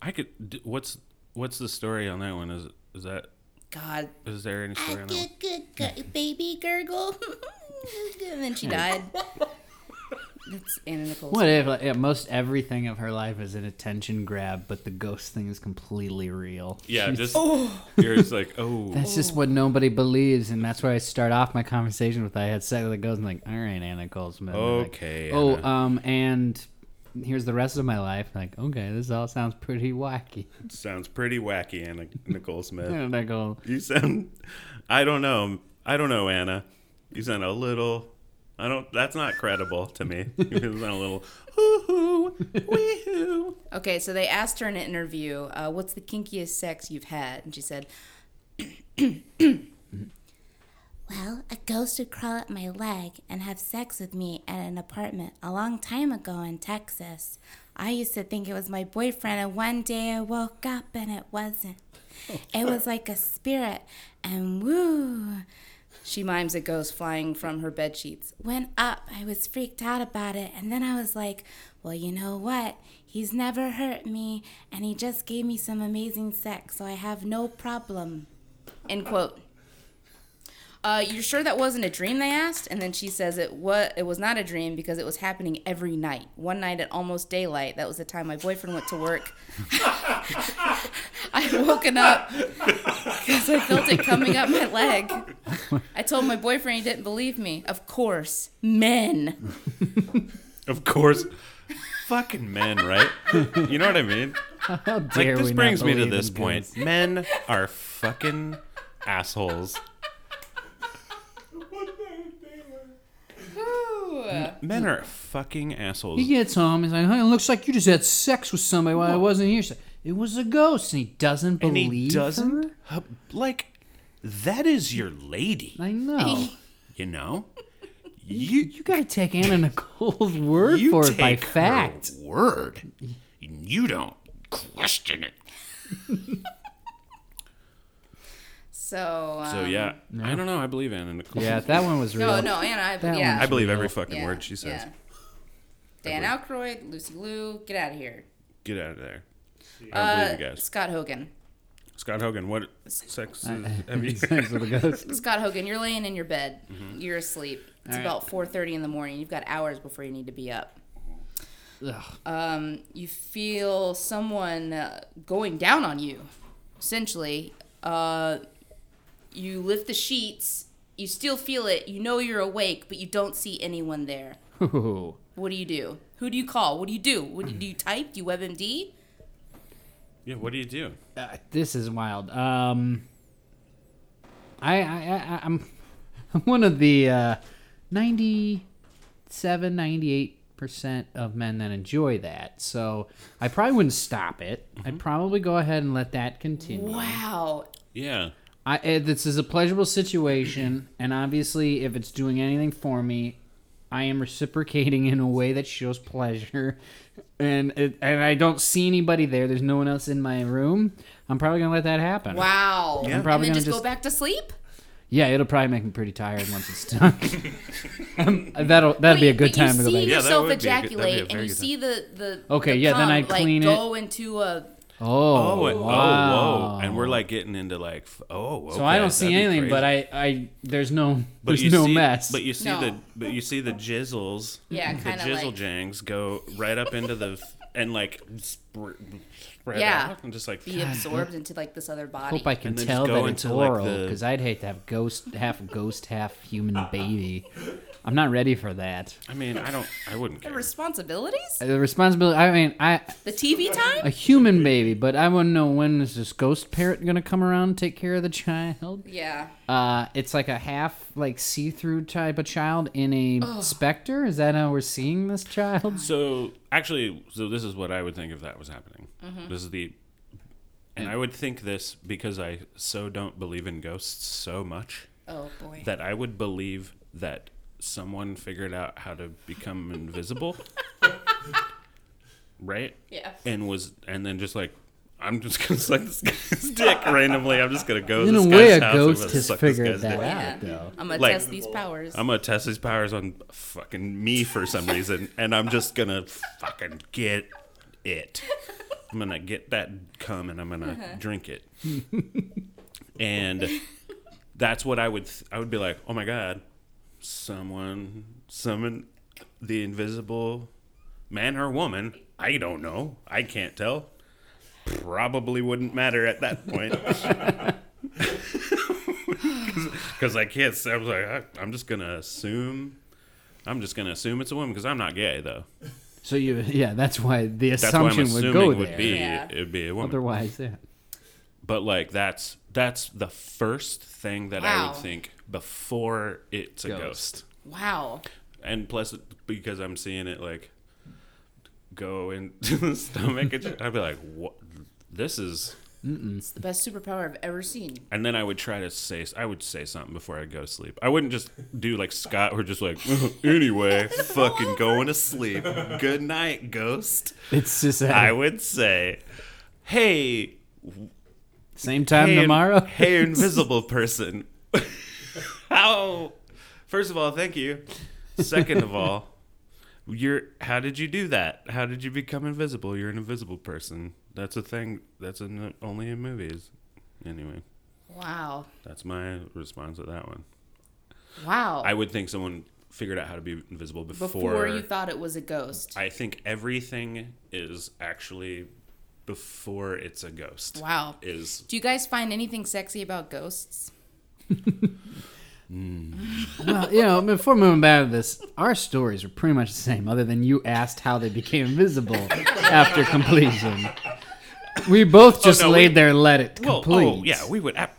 S1: I could. d- What's what's the story on that one? Is is that
S2: God,
S1: is there any story on that? One?
S2: good, good, good, baby gurgle. and then she died. That's Anna Nicole.
S3: What if like, yeah, most everything of her life is an attention grab, but the ghost thing is completely real?
S1: Yeah,
S3: She's-
S1: just you're just like oh
S3: That's just what nobody believes, and that's where I start off my conversation with. I had sex with a ghost, and like, all right, Anna Cole Smith. And like,
S1: okay.
S3: oh,
S1: Anna.
S3: um, and here's the rest of my life. Like, okay, this all sounds pretty wacky.
S1: sounds pretty wacky, Anna Nicole Smith.
S3: And I go,
S1: you sound. I don't know. I don't know, Anna. You sound a little. I don't. That's not credible to me. You sound a little. Hoo hoo, wee hoo.
S2: Okay, so they asked her in an interview, uh, "What's the kinkiest sex you've had?" And she said, "Well, a ghost would crawl up my leg and have sex with me at an apartment a long time ago in Texas. I used to think it was my boyfriend, and one day I woke up and it wasn't. It was like a spirit, and woo." She mimes a ghost flying from her bed sheets. Went up. I was freaked out about it. And then I was like, well, you know what? He's never hurt me. And he just gave me some amazing sex. So I have no problem. End quote. Uh, you're sure that wasn't a dream? They asked, and then she says it was. It was not a dream because it was happening every night. One night at almost daylight, that was the time my boyfriend went to work. I had woken up because I felt it coming up my leg. I told my boyfriend he didn't believe me. Of course, men.
S1: Of course. Fucking men, right? You know what I mean?
S3: how dare
S1: Like this
S3: we not
S1: brings me to
S3: believe
S1: this
S3: in
S1: point.
S3: ghosts?
S1: Men are fucking assholes. Men are fucking
S3: He
S1: assholes.
S3: gets home. He's like, "Hey, it looks like you just had sex with somebody while I wasn't here." She's like, it was a ghost, and he doesn't
S1: And
S3: believe.
S1: he
S3: her?
S1: doesn't hu- like that is your lady,
S3: I know.
S1: you know? You
S3: You gotta take Anna Nicole's word
S1: you
S3: for
S1: take
S3: it by
S1: her
S3: fact.
S1: word. You don't question it.
S2: So, um,
S1: So yeah, I don't know. I believe Anna Nicole.
S3: Yeah, that one was real.
S2: No, no, Anna. I,
S3: That
S2: yeah,
S1: I believe every
S3: real.
S1: fucking
S2: yeah,
S1: word she says.
S2: yeah. Dan Aykroyd, Lucy Liu, get out of here.
S1: Get out of there.
S2: Uh,
S1: I don't believe you guys.
S2: Scott Hogan.
S1: Scott Hogan, what sex is, have you?
S3: Sex with a ghost.
S2: Scott Hogan, you're laying in your bed.
S1: Mm-hmm.
S2: You're asleep. It's
S3: All right.
S2: about 4:30 in the morning. You've got hours before you need to be up.
S3: Ugh.
S2: um, you feel someone uh, going down on you, essentially. Uh, you lift the sheets, you still feel it, you know you're awake, but you don't see anyone there.
S3: Ooh.
S2: What do you do? Who do you call? What do you do? What do you, do you type? Do you WebMD?
S1: Yeah, what do you do?
S3: Uh, this is wild. Um, I, I, I I'm, I'm one of the uh, 97, 98 percent of men that enjoy that. So I probably wouldn't stop it. I'd probably go ahead and let that continue.
S2: Wow.
S1: Yeah.
S3: I, eh, this is a pleasurable situation, and obviously, if it's doing anything for me, I am reciprocating in a way that shows pleasure, and it, and I don't see anybody there. There's no one else in my room. I'm probably gonna let that happen.
S2: Wow.
S1: Yeah.
S2: And
S3: Probably
S2: then
S3: gonna
S2: just, go
S3: just-
S2: back to sleep?
S3: Yeah, it'll probably make me pretty tired once it's done. Um, that'll that'd be a
S2: Wait,
S3: good
S2: but you
S3: time to go
S2: see
S3: back.
S1: Yeah, that
S2: yourself
S1: would be a good- that'd be a
S2: ejaculate and
S1: very
S2: you
S1: good
S2: see the, the
S3: Okay,
S2: the
S3: yeah, then
S2: cum,
S3: I
S2: like,
S3: clean it.
S2: go into a
S3: Oh,
S1: Oh, and,
S3: wow.
S1: oh, whoa. And we're like getting into like, f- oh,
S3: so I don't see anything, but I I there's no
S1: But you
S3: there's no
S1: see,
S3: mess.
S1: But you see
S2: No.
S1: the but you see the jizzles,
S2: Yeah,
S1: the
S2: kinda
S1: jizzle
S2: like-
S1: jangs go right up into the f- and like spr- spread
S2: Yeah.
S1: out and just like
S2: be absorbed into like this other body.
S3: hope I can
S1: And then
S3: tell
S1: just go
S3: that it's
S1: into, like,
S3: oral
S1: the-
S3: because I'd hate to have ghost half ghost half human baby. I'm not ready for that.
S1: I mean, I don't. I wouldn't
S2: The
S1: care.
S2: responsibilities?
S3: Uh, The responsibility. I mean, I
S2: The TV
S3: a
S2: time?
S3: human baby, but I wouldn't know when is this ghost parrot gonna come around and take care of the child.
S2: Yeah.
S3: Uh, it's like a half like see-through type of child in a specter. Is that how we're seeing this child?
S1: So actually, so this is what I would think if that was happening.
S2: Mm-hmm.
S1: This is the, and I would think this because I so don't believe in ghosts so much
S2: Oh boy.
S1: that I would believe that someone figured out how to become invisible, right?
S2: Yeah.
S1: And was and then just like. I'm just gonna suck this guy's dick randomly. I'm just gonna go. to
S3: In a
S1: this
S3: way,
S1: guy's
S3: a
S1: house and
S3: ghost
S1: I'm gonna
S3: has
S1: suck this
S3: figured
S1: guy's
S3: that
S1: dick."
S2: Yeah.
S3: out, though.
S2: I'm gonna
S1: Like-
S2: test these powers.
S1: I'm gonna test his powers on fucking me for some reason, and I'm just gonna fucking get it. I'm gonna get that cum and I'm gonna drink it. and that's what I would. Th- I would be like, oh my god, someone summon the invisible man or woman. I don't know. I can't tell. Probably wouldn't matter at that point. Because I can't. say- I was like, I, I'm just gonna assume. I'm just gonna assume it's a woman because I'm not gay though.
S3: So you, yeah, that's why the
S1: That's why I'm
S3: assumption would
S1: assuming
S3: go
S1: would,
S3: there.
S1: be
S2: Yeah.
S1: it'd be a woman.
S3: Otherwise, yeah.
S1: But like that's that's the first thing that I
S2: Wow.
S1: would think before it's a ghost.
S3: Ghost.
S2: Wow.
S1: And plus, because I'm seeing it like go into the stomach, it's- I'd be like, what? This is.
S2: It's the best superpower I've ever seen.
S1: And then I would try to say I would say something before I go sleep. I wouldn't just do like Scott, or just like anyway, fucking going to sleep. Good night, ghost.
S3: It's just uh, that
S1: I would say, hey,
S3: same time
S1: hey,
S3: tomorrow.
S1: Hey, invisible person. how? First of all, thank you. Second of all, you're. How did you do that? How did you become invisible? You're an invisible person. That's a thing. That's in, only in movies. Anyway,
S2: Wow.
S1: that's my response to that one.
S2: Wow.
S1: I would think someone figured out how to be invisible before.
S2: Before you thought it was a ghost.
S1: I think everything is actually before it's a ghost.
S2: Wow.
S1: Is
S2: Do you guys find anything sexy about ghosts?
S3: Well, you know, before moving back to this, our stories are pretty much the same, other than you asked how they became invisible after completion. We both just
S1: Oh, no,
S3: laid
S1: we-
S3: there and let it
S1: well,
S3: complete.
S1: oh yeah, we would. ab-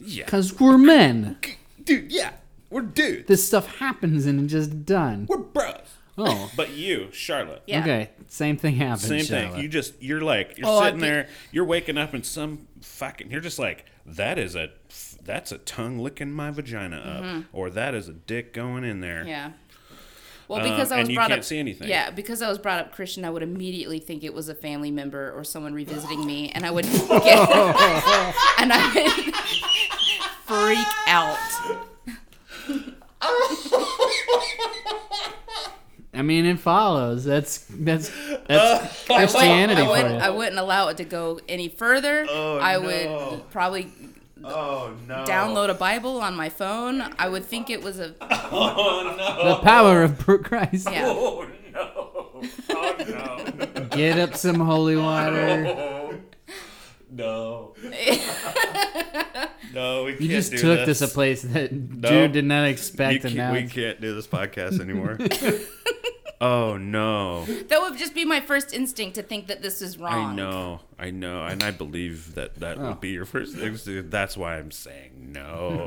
S1: Yeah,
S3: Because we're men.
S1: dude, yeah, we're dudes.
S3: This stuff happens and it's just done.
S1: We're bros.
S3: Oh,
S1: But you, Charlotte.
S2: Yeah.
S3: okay. Same thing happened.
S1: Same thing.
S3: Charlotte.
S1: You just you're like you're
S2: Oh, I'd
S1: sitting
S2: be-
S1: there. You're waking up and some fucking. You're just like that is a that's a tongue licking my vagina up, or that is a dick going in there.
S2: Mm-hmm. Yeah. Well, because
S1: Um,
S2: I
S1: and
S2: was
S1: you
S2: brought
S1: can't
S2: up,
S1: see anything.
S2: Yeah, because I was brought up Christian, I would immediately think it was a family member or someone revisiting me, and I would get, and I would freak out.
S3: I mean, it follows. That's that's
S1: Uh,
S3: that's Christianity
S2: I
S3: for
S2: wouldn't, I
S3: you.
S2: wouldn't allow it to go any further. I
S1: Oh, no.
S2: would probably
S1: Oh no.
S2: download a Bible on my phone. I would think it was a
S3: The power of Christ.
S2: yeah.
S1: Oh no. Oh no.
S3: Get up some holy water.
S1: No. no, we can't
S3: You just
S1: do
S3: took
S1: this.
S3: this. a place that dude did not
S1: You
S3: expect, and now
S1: can't, we
S3: it's-
S1: can't do this podcast anymore. oh no.
S2: That would just be my first instinct to think that this is wrong.
S1: I know, I know, and I believe that that would be your first instinct. That's why I'm saying no.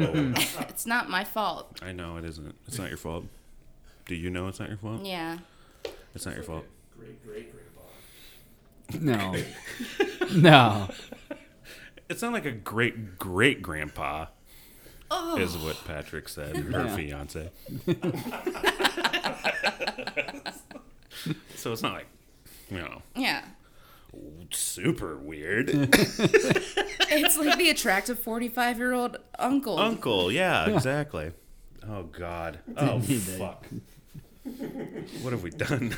S2: It's not my fault.
S1: I know it isn't. It's not your fault. Do you know it's not your fault?
S2: Yeah.
S1: It's not your fault.
S4: Great great grandpa.
S3: no, no.
S1: It's not like a great great grandpa. Is what Patrick said, her
S3: Yeah.
S1: fiance. so it's not like, you know,
S2: Yeah.
S1: super weird.
S2: It's like the attractive 45 year old uncle.
S1: Uncle, yeah, exactly. Oh, God. Oh,
S3: need that.
S1: fuck. what have we done?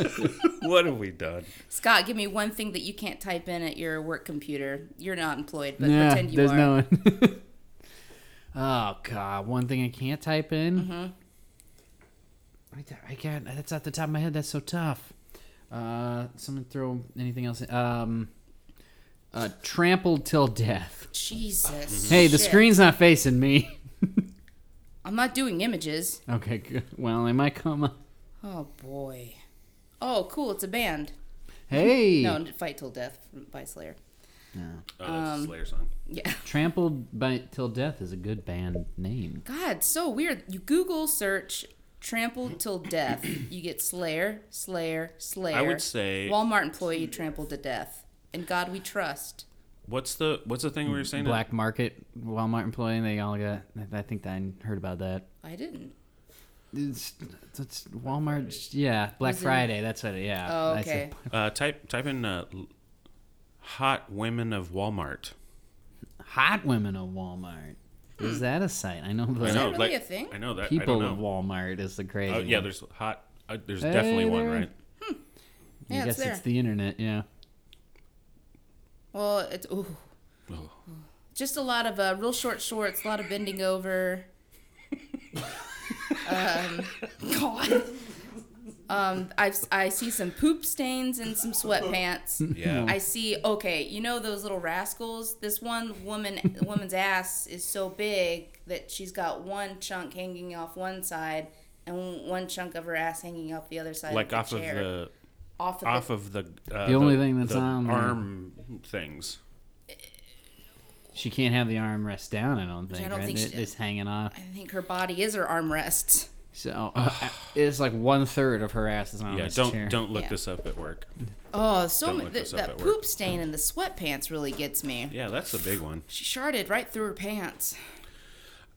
S1: what have we done?
S2: Scott, give me one thing that you can't type in at your work computer. You're not employed, but
S3: yeah,
S2: pretend you
S3: there's
S2: are.
S3: no one. oh god, one thing I can't type in.
S2: Mm-hmm.
S3: I, got- I can't. That's at the top of my head. That's so tough. Uh, someone throw anything else. In. Um, uh, trampled till death.
S2: Jesus.
S3: Hey, the
S2: Shit.
S3: screen's not facing me.
S2: I'm not doing images.
S3: Okay, good. Well, they might come up.
S2: Oh boy. Oh, cool. It's a band.
S3: Hey!
S2: No, Fight Till Death by Slayer.
S1: Oh, that's
S3: Um,
S1: a Slayer song.
S2: Yeah.
S3: Trampled by Till Death is a good band name.
S2: God, so weird. You Google search "trampled till death," you get Slayer, Slayer, Slayer.
S1: I would say-
S2: Walmart employee trampled to death. In God we trust.
S1: What's the what's the thing we were saying? that-
S3: Black Market Walmart employee, they all got. I think I heard about that.
S2: I didn't.
S3: It's, it's Walmart. Yeah, Black
S2: Was it-
S3: Friday. That's what. it- Yeah.
S2: Oh,
S3: I said-
S2: okay.
S1: Uh, type type in uh, l- hot women of Walmart.
S3: Hot women of Walmart.
S2: Hmm.
S3: Is that a site? I know the
S1: I
S2: that
S1: know,
S2: really
S1: like,
S2: a thing?
S1: I know that. I
S3: people
S1: don't
S3: of
S1: know.
S3: Walmart is the crazy.
S1: Oh, yeah,
S3: one.
S1: there's hot. Uh, there's definitely one,
S3: there-
S1: right?
S3: I
S2: Yeah,
S3: guess
S2: it's
S3: it's,
S2: there.
S3: the internet. Yeah.
S2: well, it's ooh.
S1: Oh.
S2: just a lot of uh, real short shorts, a lot of bending over. um, God. Um, I've, I see some poop stains and some sweatpants.
S1: Yeah.
S2: I see. Okay, you know those little rascals. This one woman, woman's ass is so big that she's got one chunk hanging off one side and one chunk of her ass hanging off the other side.
S1: like
S2: the
S1: off of
S2: chair.
S1: the
S2: off of
S1: off
S2: the,
S1: of the uh,
S3: The only thing that's on there.
S1: arm things.
S3: She can't have the armrest down. I don't think.
S2: I don't
S3: right?
S2: think she
S3: It-
S2: does.
S3: it's hanging off.
S2: I think her body is her armrests.
S3: So uh, it's like one third of her ass is on
S1: Yeah,
S3: this
S1: don't
S3: chair.
S1: don't look
S2: Yeah.
S1: this up at work.
S2: Oh, so
S1: Don't
S2: many,
S1: look
S2: th-
S1: this up
S2: that
S1: at
S2: poop
S1: work.
S2: stain in the sweatpants really gets me.
S1: Yeah, that's the big one.
S2: She sharded right through her pants.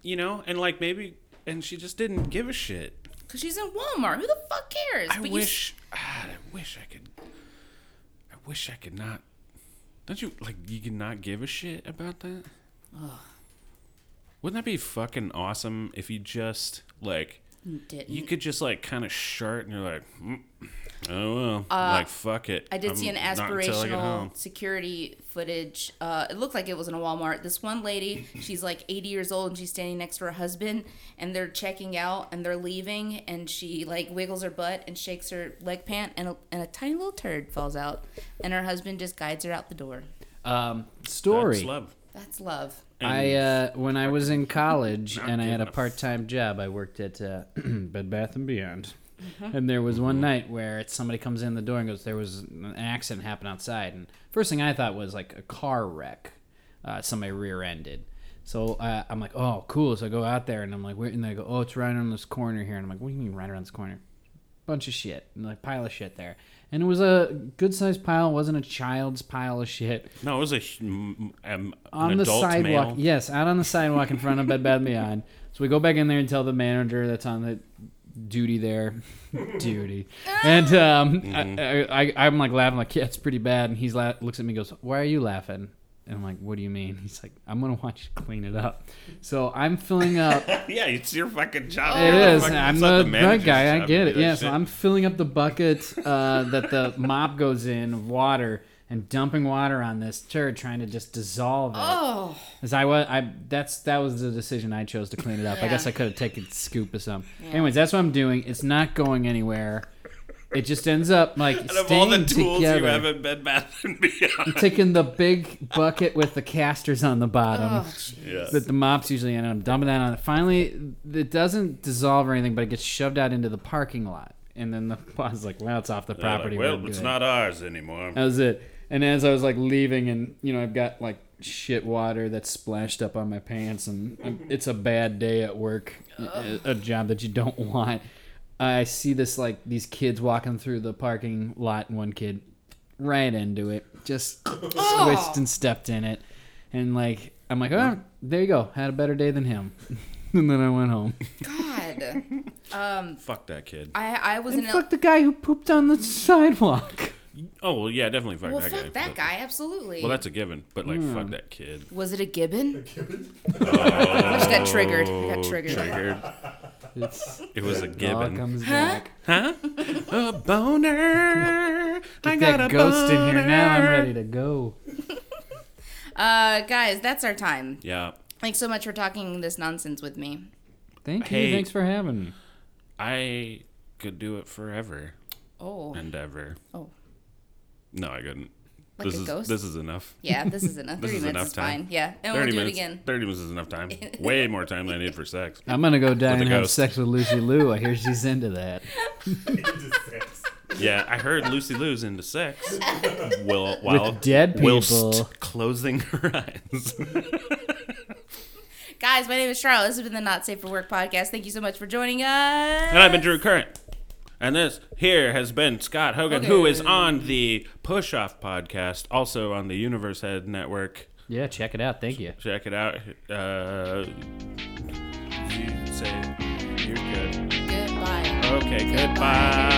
S1: You know, and like maybe, and she just didn't give a shit.
S2: Cause she's in Walmart. Who the fuck cares?
S1: I
S2: But you-
S1: wish, ah, I wish I could. I wish I could not. Don't you like you can not give a shit about that? Wouldn't that be fucking awesome if you just like
S2: You didn't.
S1: you could just like kind of shart and you're like, mm, oh well, like fuck it.
S2: Uh, I did
S1: I'm
S2: see an
S1: not until I get home."
S2: aspirational security footage. Uh, it looked like it was in a Walmart. This one lady, she's like 80 years old and she's standing next to her husband, and they're checking out and they're leaving, and she like wiggles her butt and shakes her leg pant, and a, and a tiny little turd falls out, and her husband just guides her out the door.
S3: Um,
S1: That's
S3: story.
S1: love.
S2: That's love.
S3: I uh, when I was in college
S1: Not
S3: and I had a
S1: good enough.
S3: part time job, I worked at uh, Bed Bath and Beyond, and there was one night where it's, somebody comes in the door and goes, "There was an accident happened outside," and first thing I thought was like a car wreck, uh, somebody rear ended. So uh, I'm like, "Oh, cool!" So I go out there and I'm like, "Where?" And they go, "Oh, it's right on this corner here," and I'm like, "What do you mean right around this corner?" bunch of shit, like pile of shit there, and it was a good sized pile, wasn't a child's pile of shit
S1: No, it was a hu- m- um,
S3: on
S1: an
S3: the
S1: adult
S3: sidewalk.
S1: male.
S3: Yes, out on the sidewalk in front of Bed Bath and Beyond. So we go back in there and tell the manager that's on the duty there, duty, and um,
S1: Mm-hmm.
S3: I, I, I, I'm like laughing like yeah, it's pretty bad, and he's la- looks at me and goes, "Why are you laughing?" And I'm like, "What do you mean?" He's like, "I'm gonna watch you clean it up." So I'm filling up.
S1: yeah, it's your fucking job. What
S3: It
S1: the
S3: is.
S1: fuck-
S3: I'm
S1: it's
S3: the,
S1: not
S3: drunk
S1: manager's
S3: guy. I
S1: job to
S3: get
S1: do
S3: it.
S1: that
S3: Yeah. So
S1: shit.
S3: I'm filling up the bucket uh, that the mop goes in of water and dumping water on this turd, trying to just dissolve it.
S2: Oh,
S3: As I was, I that's that was the decision I chose to clean it up. I guess I could have taken a scoop of some. Anyways, that's what I'm doing. It's not going anywhere. It just ends up like
S1: Out of all the
S3: staying
S1: tools
S3: together.
S1: you have at Bed Bath and Beyond.
S3: Taking the big bucket with the casters on the bottom
S2: oh, jeez.
S1: Yeah.
S3: that the mops usually end up dumping that on. Finally, it doesn't dissolve or anything, but it gets shoved out into the parking lot. And then the boss is like, well, it's off the
S1: They're like,
S3: property. we're
S1: well, it's
S3: good." Uh,
S1: not ours anymore.
S3: That was it. And as I was like leaving, and you know, I've got like shit water that's splashed up on my pants, and I'm- it's a bad day at work, a, a job that you don't want. I see this like these kids walking through the parking lot, and one kid right into it, just squished and stepped in it, and like I'm like, oh, there you go, had a better day than him. and then I went home.
S2: God.
S1: Fuck that kid.
S2: I I was in.
S3: And
S2: a-
S3: fuck the guy who pooped on the sidewalk.
S1: oh well, yeah, definitely fuck
S2: well,
S1: that guy.
S2: fuck that
S1: But-
S2: guy. Absolutely.
S1: Well, that's a given. But like,
S3: Hmm.
S1: fuck that kid.
S2: Was it a gibbon? A gibbon. I just got triggered. I got triggered.
S1: Oh, Triggered.
S3: It's,
S1: It was a
S3: it all
S1: given.
S3: comes back.
S1: A boner. I
S3: Get
S1: got
S3: that
S1: a
S3: ghost
S1: boner.
S3: in here now. I'm ready to go.
S2: Uh, guys, that's our time.
S1: Yeah.
S2: Thanks so much for talking this nonsense with me.
S3: Thank you.
S1: Hey.
S3: Thanks for having me.
S1: I could do it forever
S2: Oh,
S1: and ever.
S2: Oh.
S1: No, I couldn't.
S2: Like
S1: this
S2: a
S1: is
S2: ghost?
S1: this is enough.
S2: yeah, this is enough.
S1: This
S2: Thirty
S1: is
S2: minutes
S1: enough
S2: is
S1: time.
S2: fine. Yeah, and we'll
S1: Thirty
S2: do
S1: minutes.
S2: it again.
S1: Thirty minutes is enough time. Way more time than I need for sex.
S5: I'm gonna go down and have
S1: ghost.
S5: sex with Lucy Lou. I hear she's into that.
S1: Yeah, I heard Lucy Lou's into sex. Will while
S5: dead people.
S1: whilst closing her eyes.
S2: Guys, my name is Charlotte. This has been the Not Safe for Work podcast. Thank you so much for joining us.
S1: and I've been Drew Current. And this here has been Scott Hogan, who is on the Push Off podcast, also on the Universe Head Network.
S5: Yeah, check it out. Thank you.
S1: Check it out. Uh, you say you're good.
S2: Goodbye.
S1: Okay,
S2: Goodbye.
S1: goodbye.